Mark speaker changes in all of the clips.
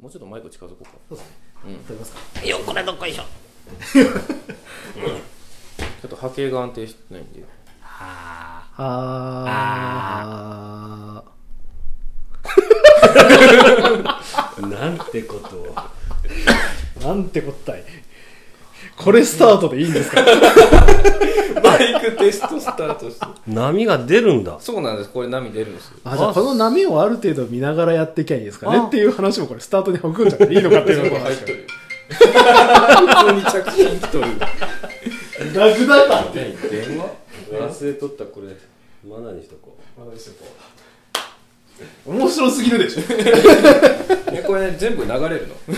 Speaker 1: もうちょっとマイク近づこうか
Speaker 2: そうですね。撮りますか。
Speaker 1: よこれどっこいしょ、ちょっと波形が安定してないんで
Speaker 2: ああ。
Speaker 3: なんてことを
Speaker 2: なんてこったい。これスタートでいいんですか。
Speaker 1: マイクテストスタートして
Speaker 3: 波が出るんだ
Speaker 1: そうなんですこれ波出るんですよ
Speaker 2: あ、じゃあこの波をある程度見ながらやっていきゃいいんですかねっていう話もこれスタートに含んじゃっていいのかっていうのが。
Speaker 1: 入っとる普通に着信来とる
Speaker 2: ラグだったって。
Speaker 1: 電話
Speaker 3: 忘れとったこれマナにしとこう
Speaker 2: 面白すぎるでしょ。
Speaker 1: えこれ全部流れるのもう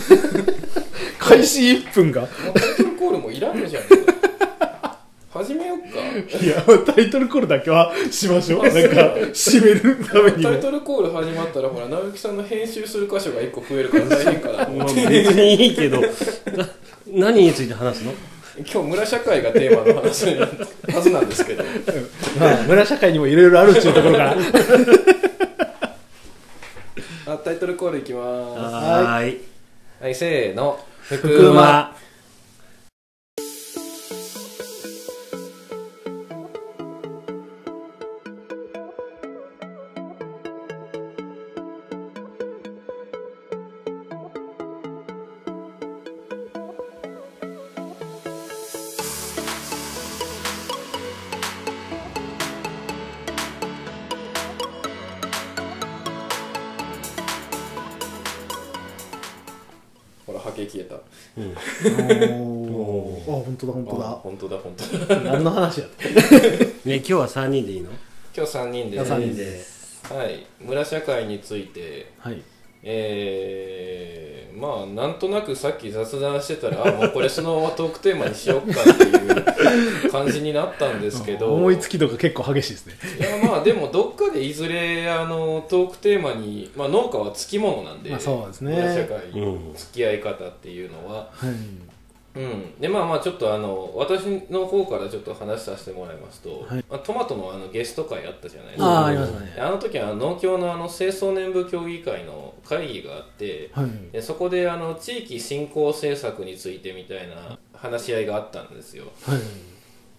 Speaker 2: 開始1分が。
Speaker 1: タイトルコールもいらんのじゃん始めよっか
Speaker 2: いや、タイトルコールだけはしま しょう。なんか、締めるために
Speaker 1: タイ
Speaker 2: も。
Speaker 1: トルコール始まったらほら直之さんの編集する箇所が1個増えるから大変かな
Speaker 3: まあ別にいいけど な何について話すの
Speaker 1: 今日村社会がテーマの話になるはずなんですけ ど
Speaker 2: まあ、村社会にもいろいろあるっていうところから。
Speaker 1: あタイトルコールいきま
Speaker 3: はー
Speaker 1: す
Speaker 3: い
Speaker 1: はいせーの福
Speaker 3: 福間
Speaker 1: ほら波形消えた
Speaker 2: おーあ、本当だ、本
Speaker 1: あ
Speaker 2: 当
Speaker 1: 本当だ本当だ
Speaker 2: だ。何の話やった
Speaker 3: ね今日は3人でいいの
Speaker 1: 今日3人で
Speaker 2: 皆さんに
Speaker 1: はい村社会について
Speaker 2: はい。
Speaker 1: えー、まあなんとなくさっき雑談してたらあもうこれそのままトークテーマにしよっかっていう感じになったんですけ ど
Speaker 2: 思いつきとか結構激しいですね。
Speaker 1: いやまあでもどっかでいずれあのトークテーマに、まあ、農家はつきものなんで,、
Speaker 2: まあそうですね
Speaker 1: 裏社会、
Speaker 3: うん
Speaker 1: 付き合い方っていうのは、
Speaker 2: はい。
Speaker 1: うん、でまあまあちょっとあの私の方からちょっと話させてもらいますと、
Speaker 2: はい
Speaker 1: まあ、トマトのあのゲスト会あったじゃないですか
Speaker 2: ああ、ありましたね
Speaker 1: で。あの時は農協のあの清掃年部協議会の会議があって
Speaker 2: はい。
Speaker 1: でそこであの地域振興政策についてみたいな話し合いがあったんですよ
Speaker 2: はい。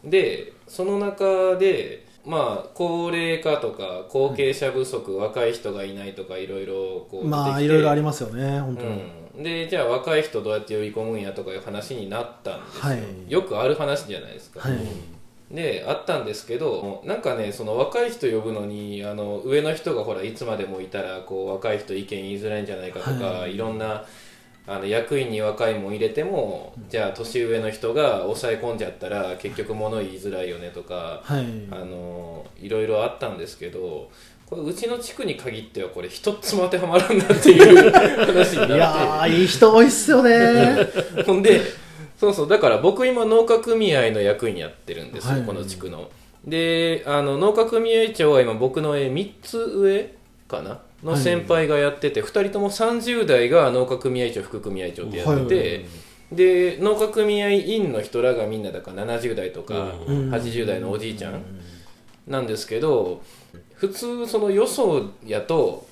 Speaker 1: でその中でまあ高齢化とか後継者不足、若い人がいないとかいろいろこう
Speaker 2: まあ、いろいろあ
Speaker 1: り
Speaker 2: りますよね、本当に。
Speaker 1: うん、でじゃあ若い人どうやって呼び込むんやとかいう話になったんですよ、
Speaker 2: はい
Speaker 1: よくある話じゃないですか、
Speaker 2: はい。
Speaker 1: であったんですけどなんかねその若い人呼ぶのにあの上の人がほらいつまでもいたらこう若い人意見言いづらいんじゃないかとか、、
Speaker 2: はい
Speaker 1: ろんなあの役員に若いもん入れても、じゃあ年上の人が抑え込んじゃったら結局物言いづらいよねとか、
Speaker 2: はい。
Speaker 1: あのいろいろあったんですけどこれうちの地区に限ってはこれ一つも当てはまらんなっていう話になっ
Speaker 2: い
Speaker 1: て。
Speaker 2: やー、いい人多いっ すよね。
Speaker 1: ほんで、そうそう、だから僕今農家組合の役員やってるんですよ、
Speaker 2: はい
Speaker 1: この地区の。で、あの、農家組合長は今僕のえ3つ上かなの先輩がやってて、2人とも30代が農家組合長、副組合長ってやってて、
Speaker 2: はい
Speaker 1: で、農家組合員の人らがみんなだから70代とか
Speaker 3: うん
Speaker 1: 80代のおじいちゃんなんですけど、普通その予想やと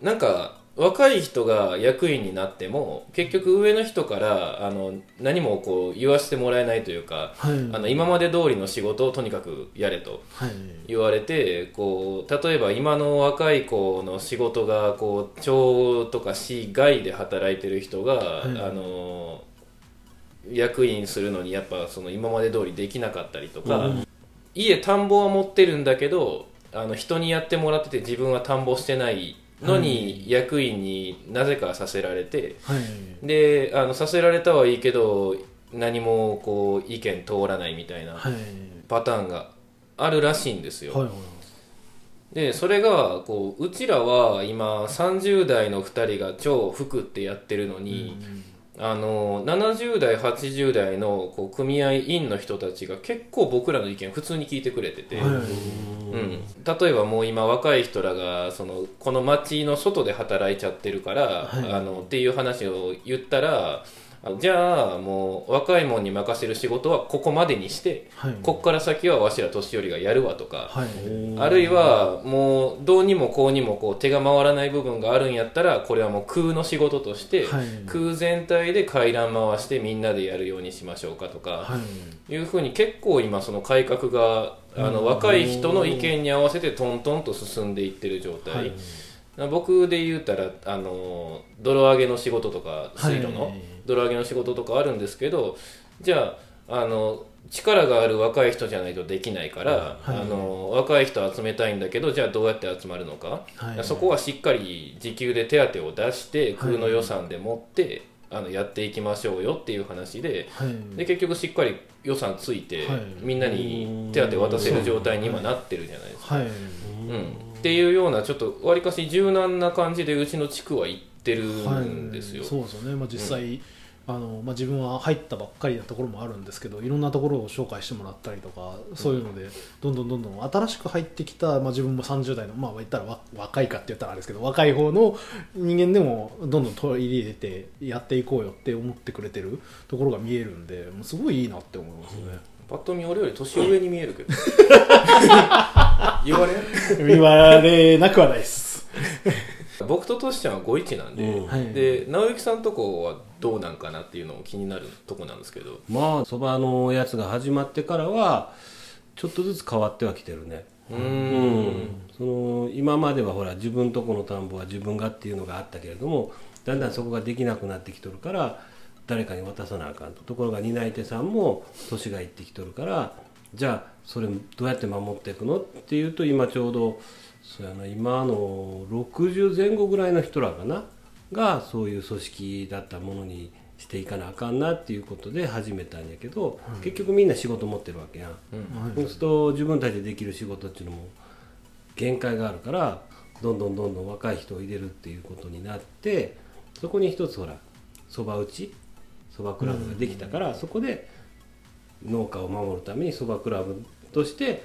Speaker 1: なんか若い人が役員になっても結局上の人からあの何もこう言わせてもらえないというか
Speaker 2: はい。
Speaker 1: あの今まで通りの仕事をとにかくやれと
Speaker 2: はい。
Speaker 1: 言われてこう例えば今の若い子の仕事がこう町とか市外で働いてる人が、
Speaker 2: い
Speaker 1: あの役員するのにやっぱその今まで通りできなかったりとか、家田んぼは持ってるんだけどあの人にやってもらってて自分は田んぼしてないのに、役員になぜかさせられて。
Speaker 2: はい。
Speaker 1: であのさせられたはいいけど何もこう意見通らないみたいな
Speaker 2: はい。
Speaker 1: パターンがあるらしいんですよ、
Speaker 2: はい。
Speaker 1: でそれがこううちらは今30代の2人が超服ってやってるのに、あの70代80代のこう組合員の人たちが結構僕らの意見普通に聞いてくれてて、
Speaker 2: はい。
Speaker 1: うん、例えばもう今若い人らがそのこの町の外で働いちゃってるから、
Speaker 2: はい
Speaker 1: あのっていう話を言ったらあじゃあもう若いもんに任せる仕事はここまでにして
Speaker 2: はい
Speaker 1: こっから先はわしら年寄りがやるわとか、
Speaker 2: はい
Speaker 1: あるいはもうどうにもこうにもこう手が回らない部分があるんやったらこれはもう空の仕事として、
Speaker 2: はい
Speaker 1: 空全体で回覧回してみんなでやるようにしましょうかとか
Speaker 2: はい
Speaker 1: いうふうに結構今その改革があの若い人の意見に合わせてトントンと進んでいってる状態、僕で言うたらあの泥揚げの仕事とか水路の、
Speaker 2: はい
Speaker 1: 泥揚げの仕事とかあるんですけどじゃああの力がある若い人じゃないとできないから、
Speaker 2: はい
Speaker 1: あの若い人集めたいんだけどじゃあどうやって集まるのか、
Speaker 2: はい
Speaker 1: そこはしっかり時給で手当を出して空の予算で持って、あのやっていきましょうよっていう話で
Speaker 2: はい
Speaker 1: で結局しっかり予算ついて、
Speaker 2: はい
Speaker 1: みんなに手当を渡せる状態に今なってるじゃないですか。
Speaker 2: はい
Speaker 1: うん、っていうようなちょっとわりかし柔軟な感じでうちの地区は行ってるんですよ。
Speaker 2: はい、そうですよね、まあ、実際、あのまあ、自分は入ったばっかりなところもあるんですけどいろんなところを紹介してもらったりとかそういうので、どんどんどんどん新しく入ってきた、まあ、自分も30代の、まあ、言ったらわ若いかって言ったらあれですけど若い方の人間でもどんどん取り入れてやっていこうよって思ってくれてるところが見えるんでもうすごいいいなって思いますね。
Speaker 1: パッと見俺より年上に見えるけ ど言われん
Speaker 2: 言われなくはないです。
Speaker 1: 僕とトシちゃんは5一なんで、
Speaker 3: うん
Speaker 2: はい
Speaker 1: で直之さんとこはどうなんかなっていうのも気になるとこなんですけど
Speaker 3: まあそばのやつが始まってからはちょっとずつ変わってはきてるね
Speaker 1: う
Speaker 3: うんんその今まではほら自分とこの田んぼは自分がっていうのがあったけれどもだんだんそこができなくなってきとるから誰かに渡さなあかんとところが担い手さんも年がいってきとるからじゃあそれどうやって守っていくのっていうと今ちょうどそうやな今の60前後ぐらいの人らかながそういう組織だったものにしていかなあかんなっていうことで始めたんやけど、結局みんな仕事持ってるわけやん。そうすると自分たちでできる仕事っていうのも限界があるからどんどんどんどん若い人を入れるっていうことになってそこに一つほらそば打ちそばクラブができたから、そこで農家を守るためにそばクラブとして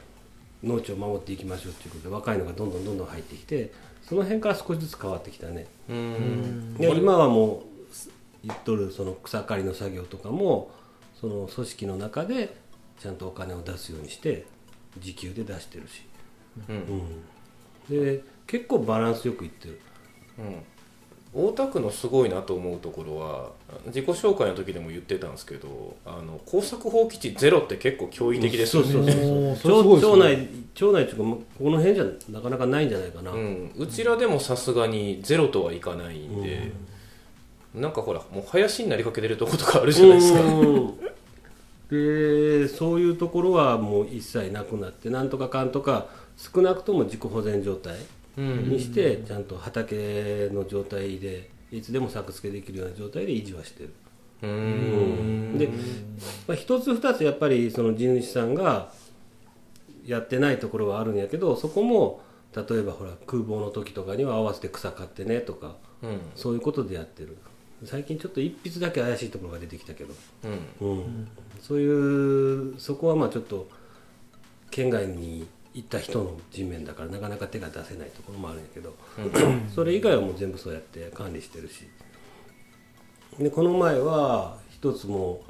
Speaker 3: 農地を守っていきましょうっていうことで若いのがどんどんどんどん入ってきてその辺から少しずつ変わってきたね。
Speaker 1: うん、
Speaker 3: で今はもう言っとるその草刈りの作業とかもその組織の中でちゃんとお金を出すようにして時給で出してるし、
Speaker 1: うん
Speaker 3: うん、で結構バランスよくいってる
Speaker 1: うん大田区のすごいなと思うところは自己紹介の時でも言ってたんですけどあの工作放棄地ゼロって結構驚異的ですよね
Speaker 3: そうそうそう
Speaker 2: おーそれ
Speaker 3: そう
Speaker 2: す
Speaker 3: 町
Speaker 2: ご
Speaker 3: 町
Speaker 2: いで
Speaker 3: 内町内っていうかもうこの辺じゃなかなかないんじゃないかな、
Speaker 1: うん、うちらでもさすがにゼロとはいかないんで、なんかほらもう林になりかけてるとことかあるじゃないですか、
Speaker 3: うんでそういうところはもう一切なくなってなんとかかんとか少なくとも自己保全状態
Speaker 1: うん
Speaker 3: にしてちゃんと畑の状態でいつでも作付けできるような状態で維持はしてる、
Speaker 1: う
Speaker 3: で、まあ、一つ二つやっぱりその地主さんがやってないところはあるんやけどそこも例えばほら空房の時とかには合わせて草買ってねとか
Speaker 1: うんうん
Speaker 3: そういうことでやってる最近ちょっと一筆だけ怪しいところが出てきたけど、うん、そういうそこはまあちょっと県外に行った人の地面だからなかなか手が出せないところもあるんやけど、それ以外はもう全部そうやって管理してるしでこの前は一つも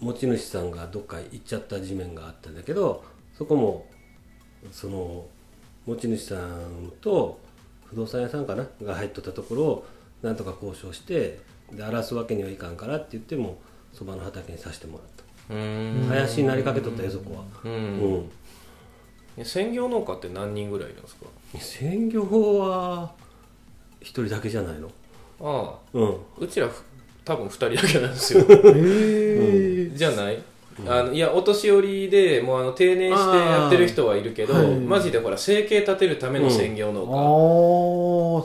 Speaker 3: う持ち主さんがどっか行っちゃった地面があったんだけどそこもその持ち主さんと不動産屋さんかなが入っとったところをなんとか交渉してで荒らすわけにはいかんからって言ってもそばの畑にさせてもらった
Speaker 1: うん
Speaker 3: 林になりかけとったよそこは
Speaker 1: う
Speaker 3: うん、
Speaker 1: んで専業農家って何人ぐらいいるんですか
Speaker 3: 専業法は一人だけじゃないの
Speaker 1: ああ
Speaker 3: うん
Speaker 1: うちらふ多分2人だけなんです よ
Speaker 2: え
Speaker 1: じゃないあのいやお年寄りでもうあの定年してやってる人はいるけど、
Speaker 2: あーはい
Speaker 1: マジでほら生計立てるための専業農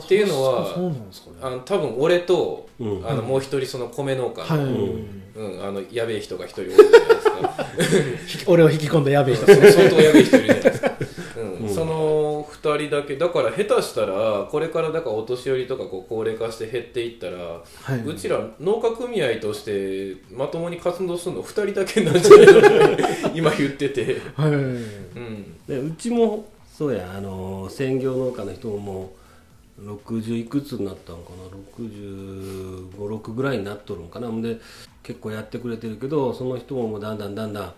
Speaker 1: 家、
Speaker 2: ー、ああ
Speaker 1: っていうのは
Speaker 2: そうなんですかね
Speaker 1: あの多分俺と、
Speaker 3: うん
Speaker 1: あのもう一人その米農家
Speaker 2: はい、
Speaker 1: の、
Speaker 3: うん
Speaker 1: うん、あのやべえ人が一人おるじゃないです か
Speaker 2: 俺を引き込んだやべえ人
Speaker 1: その相当やべえ人いるじゃないですか、うん
Speaker 3: うん
Speaker 1: その二人だけだから下手したらこれからだからお年寄りとかこう高齢化して減っていったら、
Speaker 2: はいう
Speaker 1: ちら農家組合としてまともに活動するの二人だけなんじゃないの今言ってて、
Speaker 2: はい
Speaker 1: うん、
Speaker 3: でうちもそうやあの専業農家の人ももう60いくつになったのかな6 5 6ぐらいになっとるんかなほんで結構やってくれてるけどその人ももうだんだんだんだん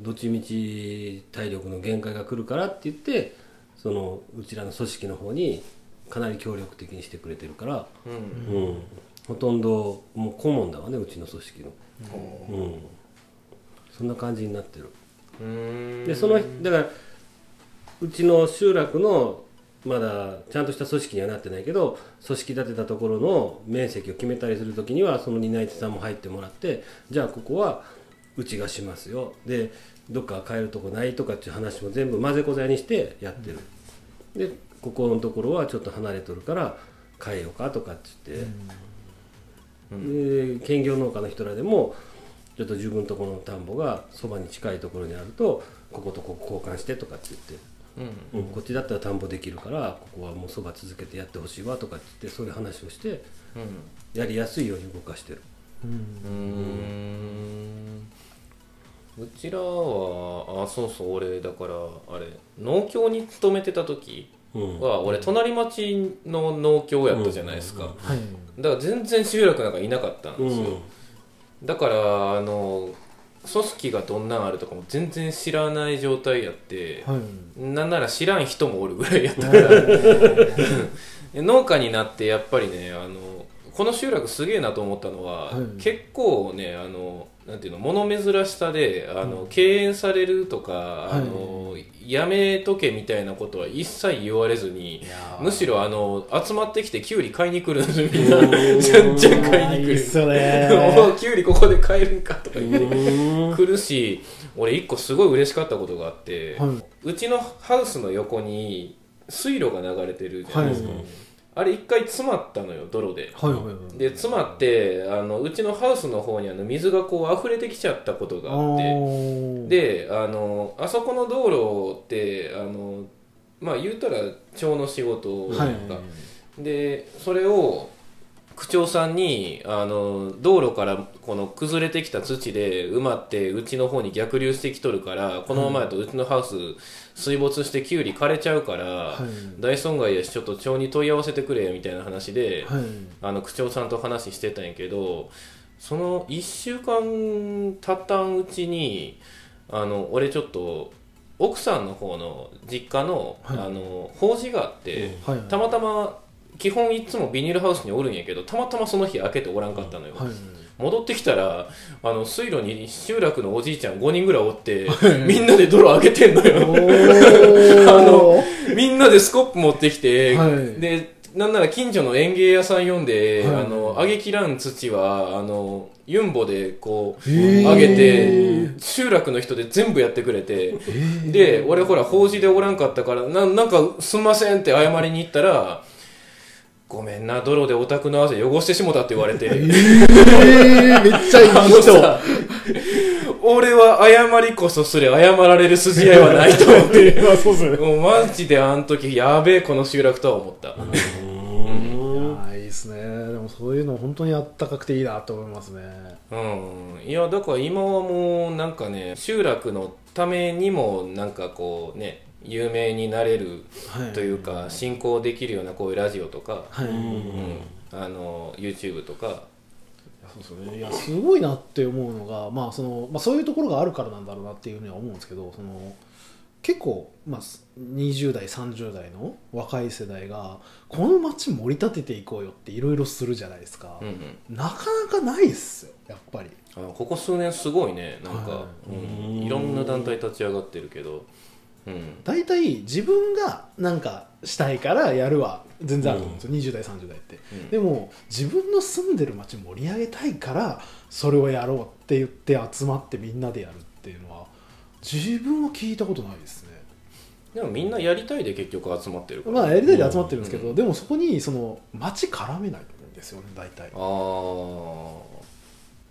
Speaker 3: どっちみち体力の限界が来るからって言ってそのうちらの組織の方にかなり協力的にしてくれてるから、
Speaker 1: うん
Speaker 3: うん、ほとんどもう顧問だわねうちの組織の、うん、そんな感じになってる。
Speaker 1: うーん
Speaker 3: でそのだからうちの集落のまだちゃんとした組織にはなってないけど組織立てたところの面積を決めたりする時にはその担い手さんも入ってもらってじゃあここはうちがしますよでどっか変えるとこないとかっていう話も全部混ぜこざいにしてやってる、でここのところはちょっと離れとるから変えようかとかって言って、で兼業農家の人らでもちょっと自分とこの田んぼがそばに近いところにあるとこことここ交換してとかって
Speaker 1: うん
Speaker 3: 言って、うんこっちだったら田んぼできるからここはもうそば続けてやってほしいわとかって言ってそういう話をしてやりやすいように動かしてる
Speaker 2: うん
Speaker 1: うんうーんうちらはあそうそう俺だからあれ農協に勤めてた時
Speaker 3: うん
Speaker 1: は俺隣町の農協やったじゃないですか、
Speaker 2: はい
Speaker 1: だから全然集落なんかいなかったん
Speaker 3: う
Speaker 1: ですよ、
Speaker 3: ん
Speaker 1: だからあの組織がどんなんあるとかも全然知らない状態やって、
Speaker 2: はい
Speaker 1: なんなら知らん人もおるぐらいやったから農家になってやっぱりねあのこの集落すげえなと思ったのは、
Speaker 2: はい
Speaker 1: 結構ねあのなんていうの物珍しさであの、敬遠されるとか、あのやめとけみたいなことは一切言われずにむしろあの集まってきてキュウリ買いに来るんですみんなじゃんじゃん買いに来
Speaker 2: いいっ
Speaker 1: る
Speaker 2: す よね
Speaker 1: おうキュウリここで買えるんかとか言って
Speaker 3: うん
Speaker 1: 来るし俺一個すごい嬉しかったことがあって、
Speaker 2: は
Speaker 1: うちのハウスの横に水路が流れてるじゃ
Speaker 2: は
Speaker 1: ないいですか、あれ一回詰まったのよ泥で
Speaker 2: はいはいはい
Speaker 1: で詰まってあのうちのハウスの方にあの水がこう溢れてきちゃったことがあって
Speaker 2: ー
Speaker 1: であのあそこの道路ってあのまあ言うたら町の仕事とか、
Speaker 2: はい
Speaker 1: でそれを区長さんにあの道路からこの崩れてきた土で埋まってうちの方に逆流してきとるからこのままやとうちのハウス水没してキュウリ枯れちゃうから、
Speaker 2: はい
Speaker 1: 大損害やしちょっと町に問い合わせてくれみたいな話で、
Speaker 2: はい
Speaker 1: あの区長さんと話してたんやけどその1週間たったんうちにあの俺ちょっと奥さんの方の実家の,、
Speaker 2: はい
Speaker 1: あの法事があって。
Speaker 2: はい
Speaker 1: たまたま基本いつもビニールハウスにおるんやけどたまたまその日開けておらんかったのよ、
Speaker 2: はい
Speaker 1: 戻ってきたらあの水路に集落のおじいちゃん5人ぐらいおってみんなで泥開けてんのよ
Speaker 2: おー
Speaker 1: みんなでスコップ持ってきて、
Speaker 2: はい
Speaker 1: でなんなら近所の園芸屋さん呼んで、
Speaker 2: はい
Speaker 1: あの揚げきらん土はあのユンボでこう
Speaker 2: へー
Speaker 1: 揚げて集落の人で全部やってくれてで俺ほら法事でおらんかったからななんかすんませんって謝りに行ったら「ごめんな泥でお宅の汗汚してしもた」って言われ て。
Speaker 2: えーめっちゃいい
Speaker 1: あの
Speaker 2: 人
Speaker 1: さ俺は謝りこそすれ謝られる筋合いはないと思って
Speaker 2: まあそうっすよね
Speaker 1: もうマジであの時やべえこの集落とは思った、
Speaker 2: あーいいですねでもそういうの本当にあったかくていいなと思いますね
Speaker 1: うん、いやだから今はもうなんかね集落のためにもなんかこうね有名になれる
Speaker 2: はい
Speaker 1: というか進行できるようなこういうラジオとか、
Speaker 2: はい、
Speaker 1: うんあの YouTube とか
Speaker 2: そうですよねいやすごいなって思うのが、まあそのまあ、そういうところがあるからなんだろうなっていうふうには思うんですけどその結構、まあ、20代30代の若い世代がこの街盛り立てていこうよっていろいろするじゃないですか、
Speaker 1: うんうん
Speaker 2: なかなかないっすよやっぱり
Speaker 1: あのここ数年すごいねなんか、
Speaker 2: は
Speaker 1: うん、いろんな団体立ち上がってるけど、うん、
Speaker 2: 大体自分がなんかしたいからやるは全然あると思うんですよ、20代30代って、
Speaker 1: うん
Speaker 2: でも自分の住んでる街盛り上げたいからそれをやろうって言って集まってみんなでやるっていうのは自分は聞いたことないですね
Speaker 1: でもみんなやりたいで結局集まってるから、
Speaker 2: まあやりたいで集まってるんですけど、
Speaker 1: うん
Speaker 2: でもそこにその街絡めないんですよね大体
Speaker 1: あー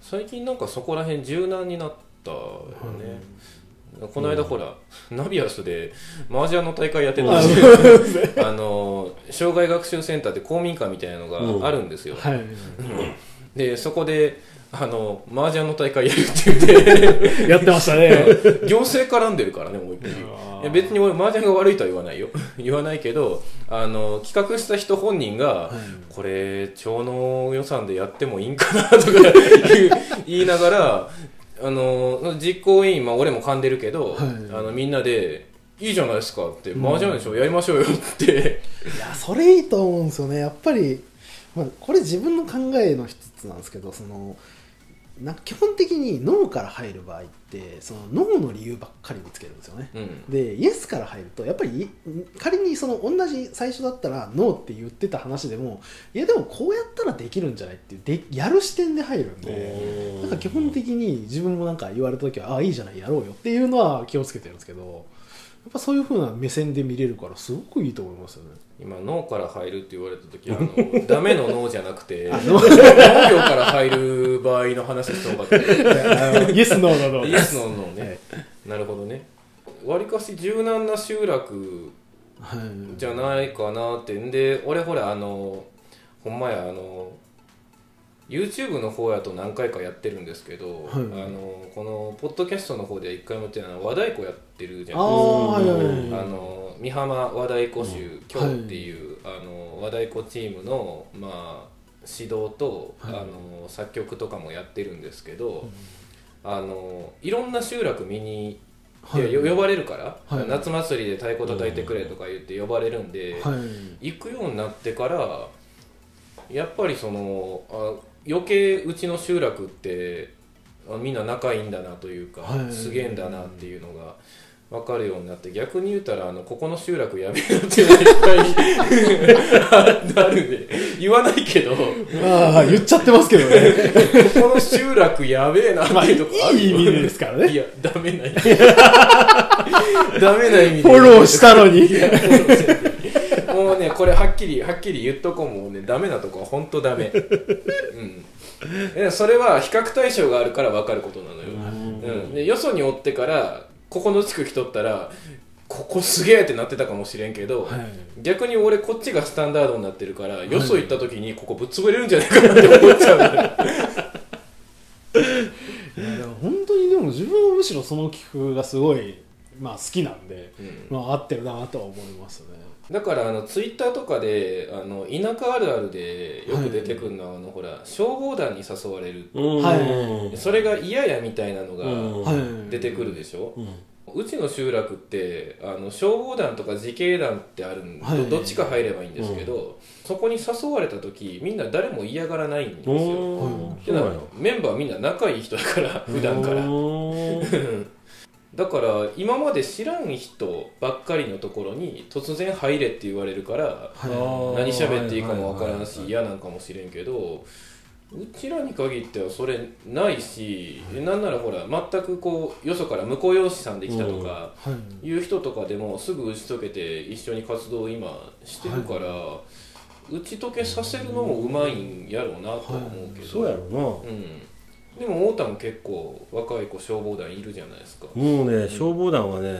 Speaker 1: 最近なんかそこら辺柔軟になったよね、この間ほら、ナビアスで麻雀の大会やってたんですけど あの障害学習センターって公民館みたいなのがあるんですよ、
Speaker 2: はい、
Speaker 1: でそこであの麻雀の大会やるって言 って
Speaker 2: やってましたね
Speaker 1: 行政絡んでるからね思 いっきりいや別に俺麻雀が悪いとは言わないよ 言わないけどあの企画した人本人が、これ町の予算でやってもいいんかなとか言う言いながらあの実行委員、まあ、俺も噛んでるけど、
Speaker 2: はい
Speaker 1: あのみんなで「いいじゃないですか」って「麻雀でしょ、やりましょうよ」って
Speaker 4: いやそれいいと思うんですよねやっぱり、まあ、これ自分の考えの一つなんですけどそのなんか基本的に脳から入る場合ってその脳の理由ばっかり見つけるんですよね
Speaker 1: うん
Speaker 4: でイエスから入るとやっぱりい仮にその同じ最初だったらノーって言ってた話でもいやでもこうやったらできるんじゃないっていうでやる視点で入るんでなんか基本的に自分もなんか言われた時はああいいじゃないやろうよっていうのは気をつけてるんですけどやっぱそういうふうな目線で見れるからすごくいいと思いますよね。
Speaker 1: 今脳から入るって言われた時あのダメの脳じゃなくて
Speaker 4: あ
Speaker 1: 農
Speaker 4: 脳
Speaker 1: 業から入る場合の話した方がったね
Speaker 2: イエスノーの
Speaker 1: イエスの脳ね、
Speaker 4: はい
Speaker 1: なるほどねわりかし柔軟な集落
Speaker 4: はい
Speaker 1: じゃないかなってんで俺ほらあのほんまやあの YouTube の方やと何回かやってるんですけど、
Speaker 4: はい
Speaker 1: あのこのポッドキャストの方では一回もやってないのは和太鼓やってるじ
Speaker 4: あ
Speaker 1: ゃないですか
Speaker 4: あはいはいはい
Speaker 1: あの美浜和太鼓集
Speaker 4: う
Speaker 1: 今
Speaker 4: ん
Speaker 1: 日っていう、あの和太鼓チームの、まあ、指導と、
Speaker 4: はい
Speaker 1: あの作曲とかもやってるんですけど、あのいろんな集落見に、いやよ呼ばれるから、
Speaker 4: はい
Speaker 1: 夏祭りで太鼓叩いてくれとか言って呼ばれるんで、
Speaker 4: はい
Speaker 1: 行くようになってからやっぱりそのあ余計うちの集落ってあみんな仲いいんだなというか、
Speaker 4: はい
Speaker 1: すげえんだなっていうのが分かるようになって逆に言うたらあのここの集落やめようっていうのがいっぱいあるで言わないけどこ
Speaker 4: ああ言っちゃってますけどね
Speaker 1: この集落やべえなっていうとこある
Speaker 2: いい意味ですからね
Speaker 1: いやダメな意味 ダメな意味で
Speaker 2: フォローしたのに
Speaker 1: もうねこれはっきりはっきり言っとこうもうねダメなとこは本当ダメうんえそれは比較対象があるから分かることなのよ、うん、でよそに追ってからここの地区来とったらここすげえってなってたかもしれんけど、
Speaker 2: はい
Speaker 1: 逆に俺こっちがスタンダードになってるから、よそ行った時にここぶっ潰れるんじゃないかなって思っちゃうんだよ
Speaker 2: いやでも本当にでも自分はむしろその企画がすごい、まあ、好きなんで、
Speaker 1: うん
Speaker 2: まあ、合ってるなとは思いますね
Speaker 1: だからあのツイッターとかであの田舎あるあるでよく出てくるのは、あのほら消防団に誘われる
Speaker 3: は
Speaker 1: それが嫌やみたいなのが、
Speaker 2: はい
Speaker 1: 出てくるでしょ、
Speaker 3: う
Speaker 1: うんちの集落ってあの消防団とか自警団ってあるん、
Speaker 2: はい
Speaker 1: どどっちか入ればいいんですけど、そこに誘われた時みんな誰も嫌がらないんですよ
Speaker 3: お
Speaker 1: て
Speaker 3: そう
Speaker 1: な
Speaker 3: なんよ
Speaker 1: メンバーみんな仲いい人だ から普段から
Speaker 3: おー
Speaker 1: だから今まで知らん人ばっかりのところに突然入れって言われるから
Speaker 3: あー
Speaker 1: 何喋っていいかもわからんし
Speaker 3: はいはい
Speaker 1: 嫌なんかもしれんけどうちらに限ってはそれないしなんならほら全くこうよそから婿養子さんできたとか
Speaker 2: はい
Speaker 1: いう人とかでもすぐ打ち解けて一緒に活動を今してるから打ち解けさせるのもうまいんやろうなとは思うけど
Speaker 3: そうやろ
Speaker 1: うんでも太田も結構若い子消防団いるじゃないですか
Speaker 3: なもうね消防団はね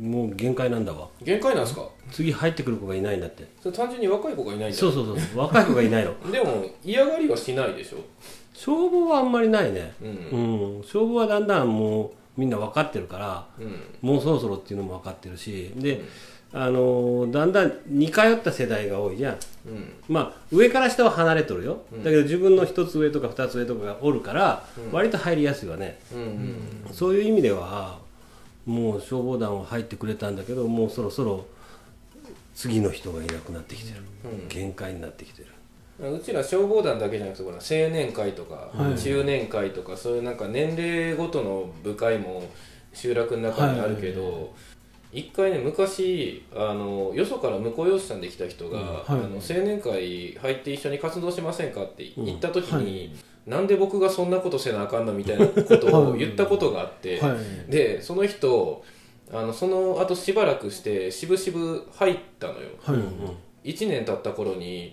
Speaker 3: もう限界なんだわ
Speaker 1: 限界なんですか
Speaker 3: 次入ってくる子がいないんだって
Speaker 1: それ単純に若い子がいないんだ
Speaker 3: そうそうそう若い子がいないの
Speaker 1: でも嫌がりはしないでしょ
Speaker 3: 消防はあんまりないね
Speaker 1: う
Speaker 3: うんん消防はだんだんもうみんな分かってるから
Speaker 1: うん
Speaker 3: もうそろそろっていうのも分かってるしであのーだんだん似通った世代が多いじゃん
Speaker 1: うん
Speaker 3: まあ、上から下は離れとるよ、
Speaker 1: うん
Speaker 3: だけど自分の一つ上とか二つ上とかがおるから、割と入りやすいわね、
Speaker 1: うんうん
Speaker 3: そういう意味ではもう消防団は入ってくれたんだけどもうそろそろ次の人がいなくなってきてる、
Speaker 1: うん
Speaker 3: 限界になってきてる
Speaker 1: うちら消防団だけじゃなくてほら青年会とか中年会とかそういうなんか年齢ごとの部会も集落の中にあるけど一回ね昔あのよそから婿養子さんで来た人が、あ
Speaker 2: はい
Speaker 1: の青年会入って一緒に活動しませんかって言った時に、なんで僕がそんなことせなあかんのみたいなこと を言ったことがあって、
Speaker 2: はい
Speaker 1: でその人あのその後しばらくしてしぶしぶ入ったのよ。
Speaker 2: はい
Speaker 1: 1年経った頃に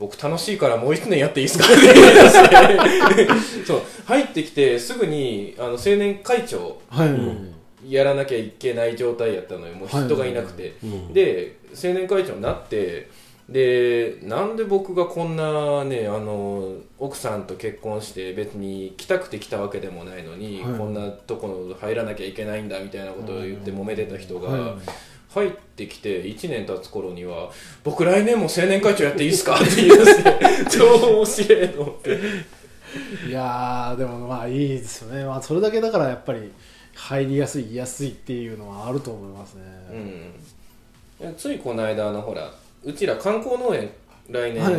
Speaker 1: 僕楽しいからもう1年やっていいですかって言い出 してそう入ってきてすぐにあの青年会長
Speaker 2: はい、
Speaker 1: やらなきゃいけない状態やったのよもう人がいなくて、
Speaker 3: うん
Speaker 1: で青年会長になってでなんで僕がこんなねあの奥さんと結婚して別に来たくて来たわけでもないのに、
Speaker 2: はい
Speaker 1: こんなとこ入らなきゃいけないんだみたいなことを言って揉めてた人が、
Speaker 2: は
Speaker 1: 入ってきて1年経つ頃には「僕来年も青年会長やっていいですか?」 って言うんですよ超面白いと思って
Speaker 2: いやーでもまあいいですよね、まあ、それだけだからやっぱり入りやすい居やすいっていうのはあると思いますね、
Speaker 1: うん、ついこの間あのほらうちら観光農園来年
Speaker 2: はい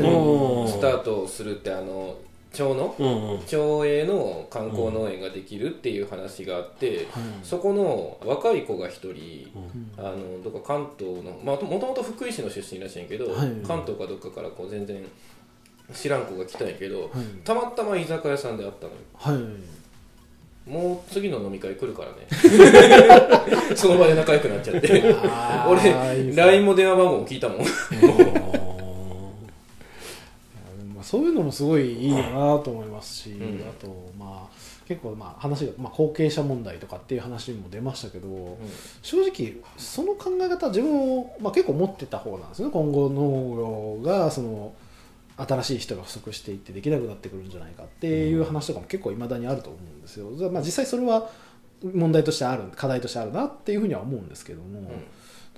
Speaker 1: スタートするってあの町の
Speaker 3: うんうん
Speaker 1: 町営の観光農園ができるっていう話があって、
Speaker 2: はい
Speaker 1: そこの若い子が一人
Speaker 3: うん
Speaker 1: あのどっか関東の、まあ、もともと福井市の出身らしいんやけど、
Speaker 2: はい
Speaker 1: 関東かどっかからこう全然知らん子が来たんやけど、
Speaker 2: はい
Speaker 1: たまたま居酒屋さんで会ったのよ
Speaker 2: はい
Speaker 1: もう次の飲み会来るからね その場で仲良くなっちゃって
Speaker 2: あーい
Speaker 1: 俺
Speaker 2: いですね
Speaker 1: LINE も電話番号も聞いたもん
Speaker 2: まあ、そういうのもすごいいいよなと思いますし、
Speaker 1: うん
Speaker 2: あとまあ結構まあ話が、まあ、後継者問題とかっていう話にも出ましたけど、正直その考え方自分も、まあ、結構持ってた方なんですね今後農業がその新しい人が不足していってできなくなってくるんじゃないかっていう話とかも結構いまだにあると思うんですよ、まあ、実際それは問題としてある課題としてあるなっていうふうには思うんですけども、
Speaker 1: うん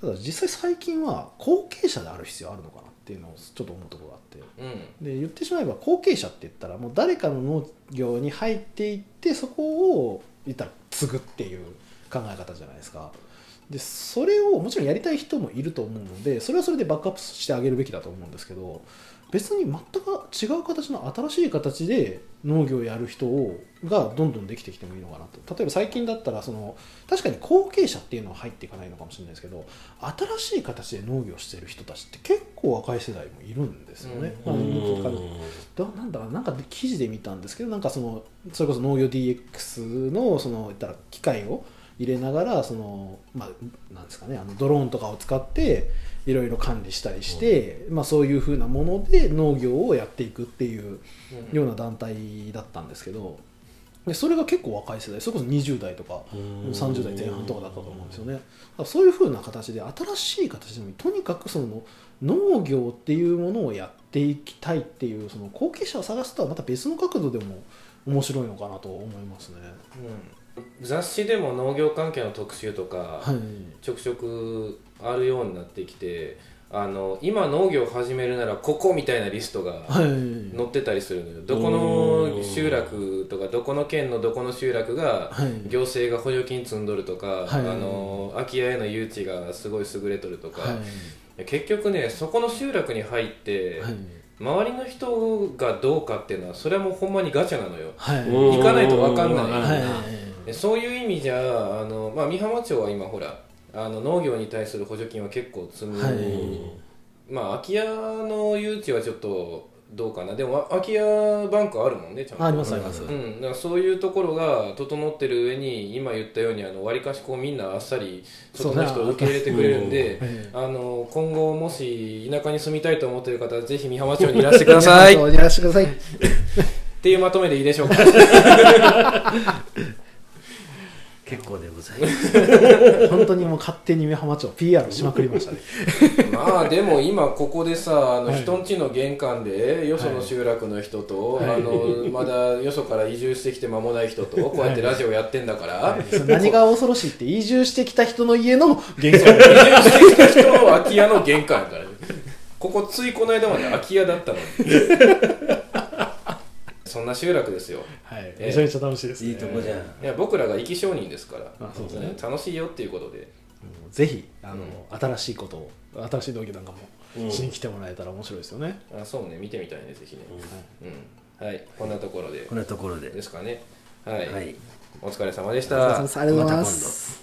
Speaker 2: ただ実際最近は後継者である必要あるのかなっていうのをちょっと思うところがあって。
Speaker 1: うん
Speaker 2: で言ってしまえば後継者って言ったらもう誰かの農業に入っていってそこを言ったら継ぐっていう考え方じゃないですかでそれをもちろんやりたい人もいると思うのでそれはそれでバックアップしてあげるべきだと思うんですけど別に全く違う形の新しい形で農業をやる人をがどんどんできてきてもいいのかなと例えば最近だったらその確かに後継者っていうのは入っていかないのかもしれないですけど新しい形で農業してる人たちって結構若い世代もいるんですよね。
Speaker 1: う
Speaker 2: まあだなんだかななんか記事で見たんですけどなんかそのそれこそ農業 DX のその言ったら機械を入れながらその、まあ、なんですかねあのドローンとかを使っていろいろ管理したりして、まあ、そういうふうなもので農業をやっていくっていう
Speaker 1: うん
Speaker 2: ような団体だったんですけどでそれが結構若い世代それこそ20代とか30代前半とかだったと思うんですよねだからそういうふうな形で新しい形でもいいとにかくその農業っていうものをやっていきたいっていうその後継者を探すとはまた別の角度でも面白いのかなと思いますね。
Speaker 1: うん雑誌でも農業関係の特集とか
Speaker 2: はい、
Speaker 1: ちょくちょくあるようになってきてあの今農業始めるならここみたいなリストが
Speaker 2: はい
Speaker 1: 載ってたりするのよどこの集落とかどこの県のどこの集落が
Speaker 2: はい
Speaker 1: 行政が補助金積んどるとか、
Speaker 2: い
Speaker 1: あの空き家への誘致がすごい優れとるとか、
Speaker 2: はい
Speaker 1: 結局ねそこの集落に入って、
Speaker 2: はい
Speaker 1: 周りの人がどうかっていうのはそれはもうほんまにガチャなのよ
Speaker 2: はい
Speaker 3: うん
Speaker 1: 行かないと分かんない
Speaker 3: うんわかん
Speaker 2: は
Speaker 3: ないい
Speaker 1: でそういう意味じゃあの、まあ、美浜町は今ほらあの農業に対する補助金は結構積む、
Speaker 2: はい
Speaker 1: まあ空き家の誘致はちょっとどうかなでもあ空き家バンクあるもんねちゃんと
Speaker 2: あありますあります。
Speaker 1: うん、だからそういうところが整ってる上に今言ったようにあの割かしこうみんなあっさり外の人を受け入れてくれるんで、
Speaker 2: ええ
Speaker 1: あの今後もし田舎に住みたいと思っている方はぜひ美浜町にいらしてくださいっ
Speaker 2: お願いしてください。
Speaker 1: ていうまとめでいいでしょうか
Speaker 3: 結構でございます
Speaker 2: 本当にもう勝手に美浜町を PR しまくりましたね。
Speaker 1: まあでも今ここでさあの
Speaker 2: はい
Speaker 1: 人んちの玄関でよその集落の人と、あのまだよそから移住してきて間もない人とこうやってラジオやってんだから、
Speaker 2: それ何が恐ろしいって移住してきた人の家の現象
Speaker 1: 移住してきた人の空き家の玄関やからねここついこの間まで空き家だったのにそんな集落ですよ
Speaker 2: はい、
Speaker 1: ええ
Speaker 2: めちゃめちゃ楽しいです、ね。
Speaker 3: いいとこじゃん
Speaker 1: いや僕らが生き証人ですから
Speaker 2: あそうですね
Speaker 1: 楽しいよっていうことで
Speaker 2: もうぜひあの、新しいことを新しい農業なんかもしに来てもらえたら面白いですよね。
Speaker 1: あそうね見てみたいねぜひねうん、はいこんなところで
Speaker 3: こんなところで
Speaker 1: ですかねはい、
Speaker 3: はい
Speaker 1: お疲れ様でした
Speaker 2: ありがとうございます。
Speaker 3: また今度